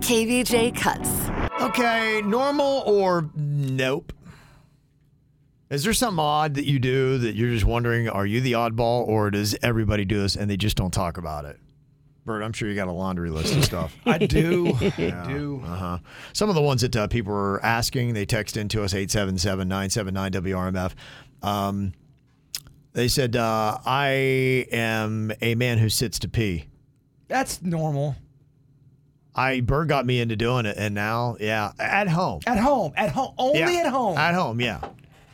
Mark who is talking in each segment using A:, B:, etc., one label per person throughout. A: KVJ cuts.
B: Okay, normal or nope? Is there something odd that you do that you're just wondering, are you the oddball or does everybody do this and they just don't talk about it? Bert, I'm sure you got a laundry list of stuff.
C: I do. I do.
B: Uh-huh. Some of the ones that uh, people were asking, they text into us 877-979-WRMF. Um, they said, uh, I am a man who sits to pee.
C: That's normal.
B: I Bird got me into doing it, and now, yeah, at home.
C: At home. At home. Only
B: Yeah.
C: at home.
B: At home, yeah.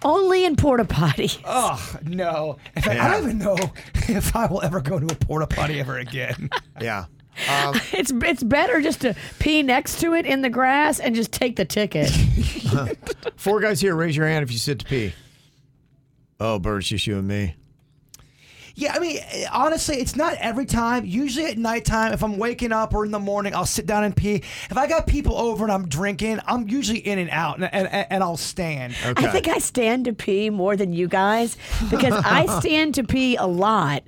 D: Only in porta potty.
C: Oh no! In fact,
B: Yeah.
C: I don't even know if I will ever go to a porta potty ever again.
B: Yeah. Um,
D: It's it's better just to pee next to it in the grass and just take the ticket.
B: four guys here, raise your hand if you sit to pee. Oh, Bird, it's just you and me.
C: yeah, I mean, eh, honestly, it's not every time. Usually at nighttime, if I'm waking up or in the morning, I'll sit down and pee. If I got people over and I'm drinking, I'm usually in and out, and and, and I'll stand.
B: Okay.
D: I think I stand to pee more than you guys because I stand to pee a lot.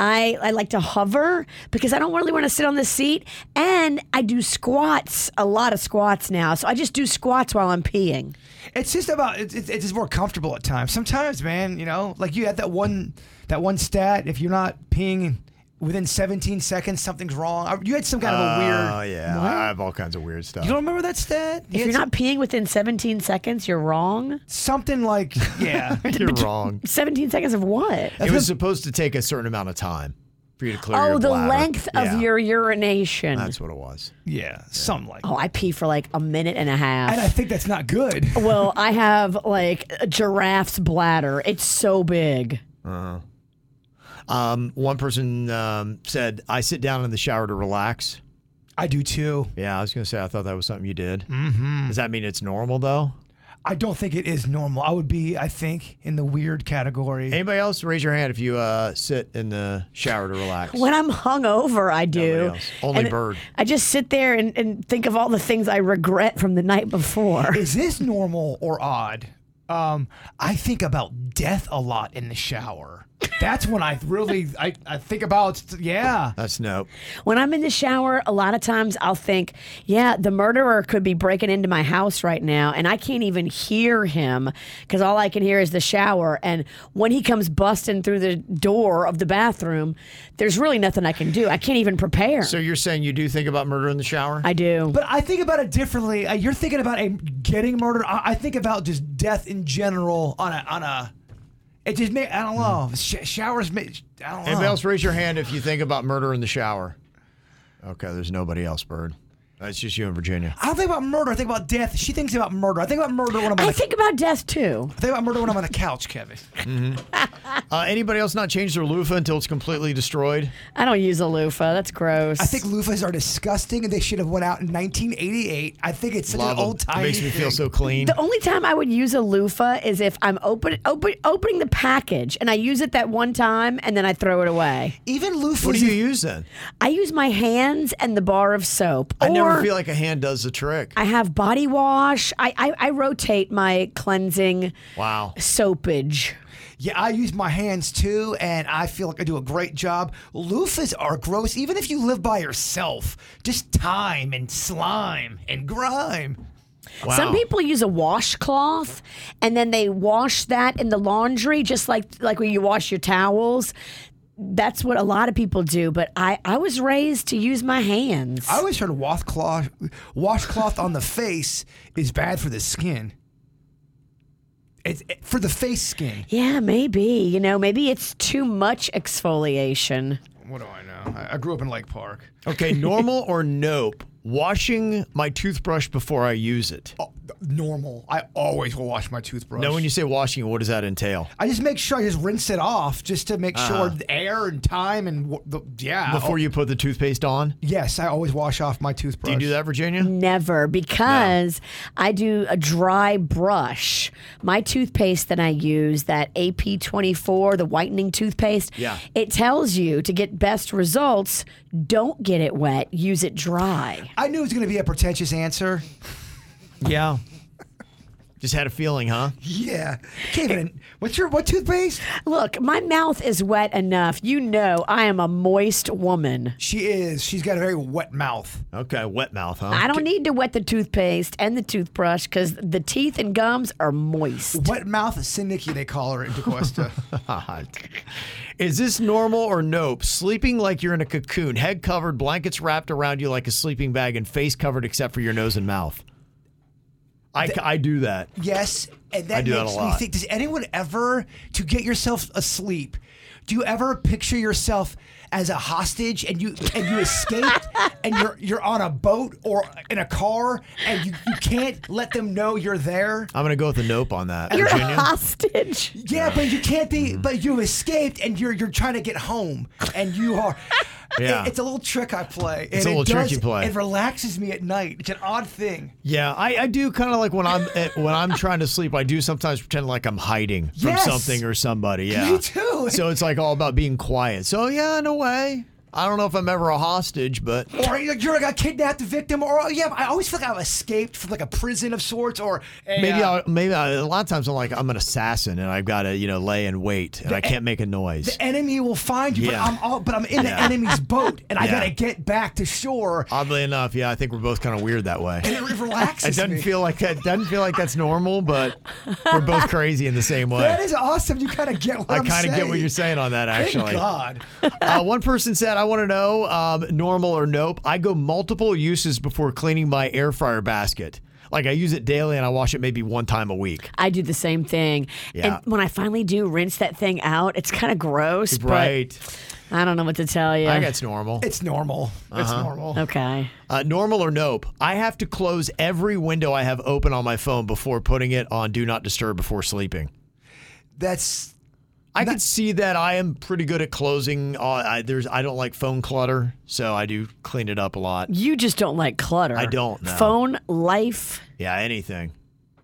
D: I, I like to hover because I don't really want to sit on the seat. And I do squats, a lot of squats now. So I just do squats while I'm peeing.
C: It's just about it's, it's, it's just more comfortable at times. Sometimes, man, you know, like you had that one that one stat. If you're not peeing within 17 seconds, something's wrong. I- You had some kind of a weird.
B: Oh, yeah. I have all kinds of weird stuff.
C: You don't remember that stat? You
D: If
C: had
D: you're
C: some-
D: not peeing within 17 seconds, you're wrong.
C: something like yeah.
B: You're wrong.
D: 17 seconds of what?
B: It was supposed to take a certain amount of time for you to clear your
D: Oh, the
B: bladder.
D: length of
B: Yeah,
D: your urination.
B: That's what it was.
C: Yeah, something like.
D: oh, I pee for like a minute and a half.
C: And I think that's not good.
D: well, I have like a giraffe's bladder. It's so big.
B: Um, one person um, said, I sit down in the shower to relax.
C: I do too.
B: Yeah, I was going to say, I thought that was something you did.
C: Mm-hmm.
B: Does that mean it's normal, though?
C: I don't think it is normal. I would be, I think, in the weird category.
B: Anybody else? Raise your hand if you uh, sit in the shower to relax.
D: When I'm hungover, I do.
B: Nobody else. Only
D: And
B: bird.
D: I just sit there and, and think of all the things I regret from the night before.
C: Is this normal or odd? Um, I think about death a lot in the shower. That's when I really I, I think about yeah.
B: That's nope.
D: When I'm in the shower, a lot of times I'll think, yeah, the murderer could be breaking into my house right now, and I can't even hear him because all I can hear is the shower. And when he comes busting through the door of the bathroom, there's really nothing I can do. I can't even prepare.
B: So you're saying you do think about murder in the shower?
D: I do.
C: But I think about it differently. Uh, you're thinking about a getting murdered. I, I think about just death in general on a on a. It just may I don't know.
D: Hmm.
C: Sh- showers may I don't know.
B: Anybody else raise your hand if you think about murder in the shower? Okay, there's nobody else, Bird. That's just you and Virginia.
C: I don't think about murder. I think about death. She thinks about murder. I think about murder when I'm on
D: I
C: the,
D: think about death too.
C: I think about murder when I'm on the couch, Kevin.
B: Uh, anybody else not change their loofah until it's completely destroyed?
D: I don't use a loofah. That's gross.
C: I think loofahs are disgusting, and they should have went out in 1988. I think it's such
B: Love
C: an
B: 'em.
C: old
B: It
C: time.
B: makes me feel so clean.
D: The only time I would use a loofah is if I'm open, open opening the package and I use it that one time and then I throw it away.
C: Even loofahs.
B: What do you use then?
D: I use my hands and the bar of soap.
B: I never
D: Or
B: feel like a hand does the trick.
D: I have body wash. I, I, I rotate my cleansing
B: Wow.
D: soapage.
C: Yeah, I use my hands too, and I feel like I do a great job. Loofahs are gross, even if you live by yourself. Just time and slime and grime.
B: Wow.
D: Some people use a washcloth and then they wash that in the laundry, just like like when you wash your towels. That's what a lot of people do, but I, I was raised to use my hands.
C: I always heard washcloth washcloth on the face is bad for the skin. It's it- for the face skin.
D: Yeah, maybe. You know, maybe it's too much exfoliation.
C: What do I know? I, I grew up in Lake Park.
B: Okay, normal or nope? washing my toothbrush before I use it.
C: Oh, Normal.
E: I always will wash my toothbrush.
B: Now, when you say washing, what does that entail?
C: I just make sure I just rinse it off just to make sure the air and time and wh- the, yeah.
B: Uh-huh.
C: Oh,
B: Before you put the toothpaste on?
C: Yes, I always wash off my toothbrush.
B: Do you do that, Virginia?
D: Never, because I do a dry brush. My toothpaste that I use, that AP24, the whitening toothpaste,
B: Yeah.
D: it tells you to get best results, don't get it wet, use it dry.
C: I knew it was going to be a pretentious answer.
B: Yeah. Just had a feeling, huh?
C: Yeah, Kevin, what's your what toothpaste?
D: Look, my mouth is wet enough. You know I am a moist woman.
C: She is. She's got a very wet mouth.
B: Okay, wet mouth, huh?
D: I don't need to wet the toothpaste and the toothbrush because the teeth and gums are moist.
C: Wet mouth Sinicky, they call her in DeCosta.
B: God. Is this normal or nope? Sleeping like you're in a cocoon, head covered, blankets wrapped around you like a sleeping bag, and face covered except for your nose and mouth. I, I do that.
C: yes, and that
B: I do that
C: makes
B: a
C: me
B: lot.
C: think. Does anyone ever to get yourself asleep? Do you ever picture yourself as a hostage and you and you escaped and you're you're on a boat or in a car and you, you can't let them know you're there?
B: I'm going to go with a nope on that.
D: You're a
B: Virginia?
D: hostage.
C: Yeah, but you can't be.
B: Mm-hmm.
C: But you escaped, and you're you're trying to get home, and you are.
B: Yeah.
C: it- it's a little trick I play.
B: It's
C: and
B: a little
C: it
B: trick
C: does-
B: you play.
C: It relaxes me at night. It's an odd thing.
B: Yeah, I, I do kind of like when I'm eh, when I'm trying to sleep. I do sometimes pretend like I'm hiding from
C: Yes.
B: something or somebody. Yeah,
C: Me too.
B: So it's like all about being quiet. So yeah, in a way, I don't know if I'm ever a hostage, but
C: Or you're you're like a kidnapped victim, or oh, yeah, I always feel like I've escaped from like a prison of sorts, or a,
B: maybe
C: uh,
B: I'll, maybe I, a lot of times I'm like I'm an assassin and I've got to you know lay and wait and I can't make a noise.
C: the enemy will find you.
B: Yeah.
C: But I'm all, but I'm in the enemy's boat, and I
B: Yeah.
C: gotta get back to shore.
B: Oddly enough, yeah, I think we're both kind of weird that way.
C: And it relaxes
B: It doesn't
C: me.
B: feel like that. Doesn't feel like that's normal, but we're both crazy in the same way.
C: that is awesome. You kind of get what
B: I
C: I'm
B: kind of get what you're saying on that.
C: Thank
B: Actually,
C: God.
B: uh, one person said, I want to know um, normal or nope. I go multiple uses before cleaning my air fryer basket. Like I use it daily and I wash it maybe one time a week.
D: I do the same thing.
B: Yeah.
D: And when I finally do rinse that thing out, it's kind of gross,
B: Right.
D: but I don't know what to tell you.
B: I think that's normal.
C: It's normal. It's
B: Uh-huh.
C: normal.
D: okay.
B: Uh, normal or nope. I have to close every window I have open on my phone before putting it on Do Not Disturb before sleeping.
C: That's
B: I could see that I am pretty good at closing. Uh, I, there's I don't like phone clutter, so I do clean it up a lot.
D: You just don't like clutter.
B: I don't, no.
D: Phone, life.
B: Yeah, anything.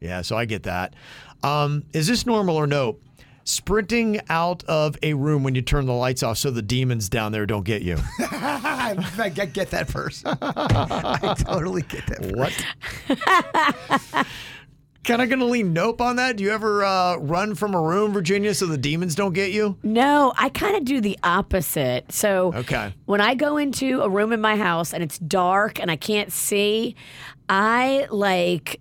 B: Yeah, so I get that. Um, is this normal or no? Sprinting out of a room when you turn the lights off so the demons down there don't get you.
C: I, I get get that person. I totally get that.
B: what? Kind of going to lean nope on that. Do you ever uh, run from a room, Virginia, so the demons don't get you?
D: No, I kind of do the opposite. So
B: Okay.
D: when I go into a room in my house and it's dark and I can't see, I like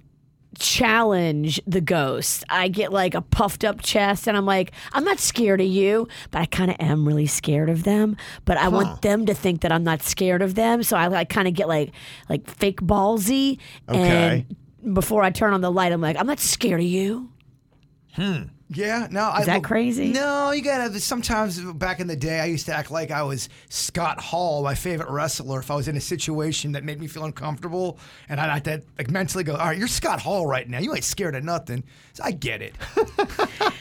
D: challenge the ghost. I get like a puffed up chest and I'm like, I'm not scared of you, but I kind of am really scared of them, but I want them to think that I'm not scared of them. So I like kind of get like like fake ballsy
B: Okay.
D: and before I turn on the light, I'm like, I'm not scared of you.
C: Yeah, no. Is I,
D: that
C: look-
D: crazy?
C: No, you gotta. Sometimes uh, back in the day, I used to act like I was Scott Hall, my favorite wrestler. If I was in a situation that made me feel uncomfortable, and I'd have to like mentally go, "All right, you're Scott Hall right now. You ain't scared of nothing." So I get it.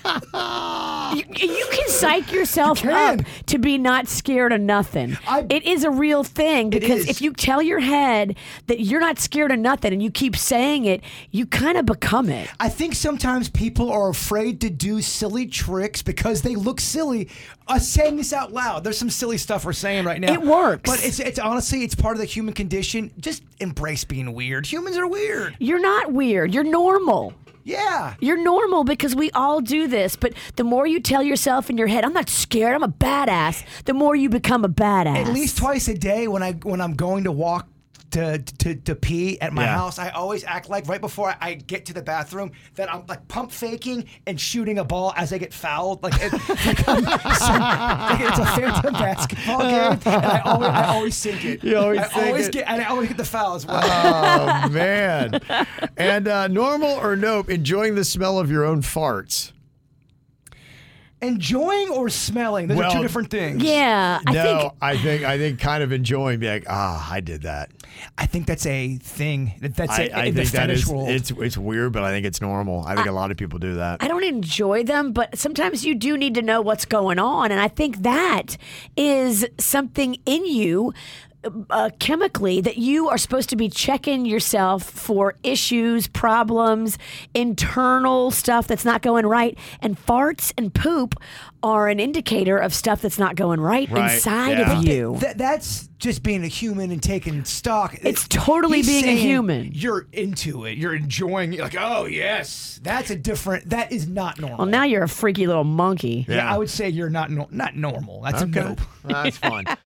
D: You, you can psych yourself
C: You
D: up
C: can.
D: to be not scared of nothing.
C: I-
D: it is a real thing because
C: is.
D: if you tell your head that you're not scared of nothing and you keep saying it, you kind of become it.
C: I think sometimes people are afraid to do silly tricks because they look silly. Us saying this out loud, there's some silly stuff we're saying right now.
D: It works.
C: but it's it's honestly it's part of the human condition. Just embrace being weird. Humans are weird.
D: You're not weird. You're normal.
C: Yeah.
D: You're normal because we all do this. But the more you tell yourself in your head, I'm not scared, I'm a badass, the more you become a badass.
C: At least twice a day when I when I'm going to walk. To, to, to pee at my
B: Yeah.
C: house, I always act like right before I, I get to the bathroom that I'm like pump faking and shooting a ball as I get fouled. Like, it, like, I'm some- like it's a phantom basketball game, and I always, I always sink it.
B: You always
C: I
B: sink
C: always
B: it.
C: get and I always get the foul as well.
B: Oh, man. And uh, normal or nope, enjoying the smell of your own farts.
C: Enjoying or smelling? Those are
B: Well,
C: two different things.
D: Yeah, I
B: no,
D: think
B: I think I think kind of enjoying being like, ah, I did that.
C: I think that's a thing. That- That's
B: I,
C: it
B: I
C: in
B: think
C: the
B: that
C: fetish
B: is
C: world.
B: it's it's weird, but I think it's normal. I think a lot of people do that.
D: I don't enjoy them, but sometimes you do need to know what's going on. And I think that is something in you. Uh, chemically, that you are supposed to be checking yourself for issues, problems, internal stuff that's not going right. And farts and poop are an indicator of stuff that's not going right,
B: Right,
D: inside
B: yeah.
D: of you.
C: That, that's just being a human and taking stock.
D: It's totally
C: He's
D: being a
C: saying
D: human.
C: You're into it. You're enjoying it. Like, oh yes, that's a different. That is not normal.
D: well, now you're a freaky little monkey.
C: yeah, I would say you're not nor- not normal. That's a
B: Okay.
C: nope.
B: That's fine.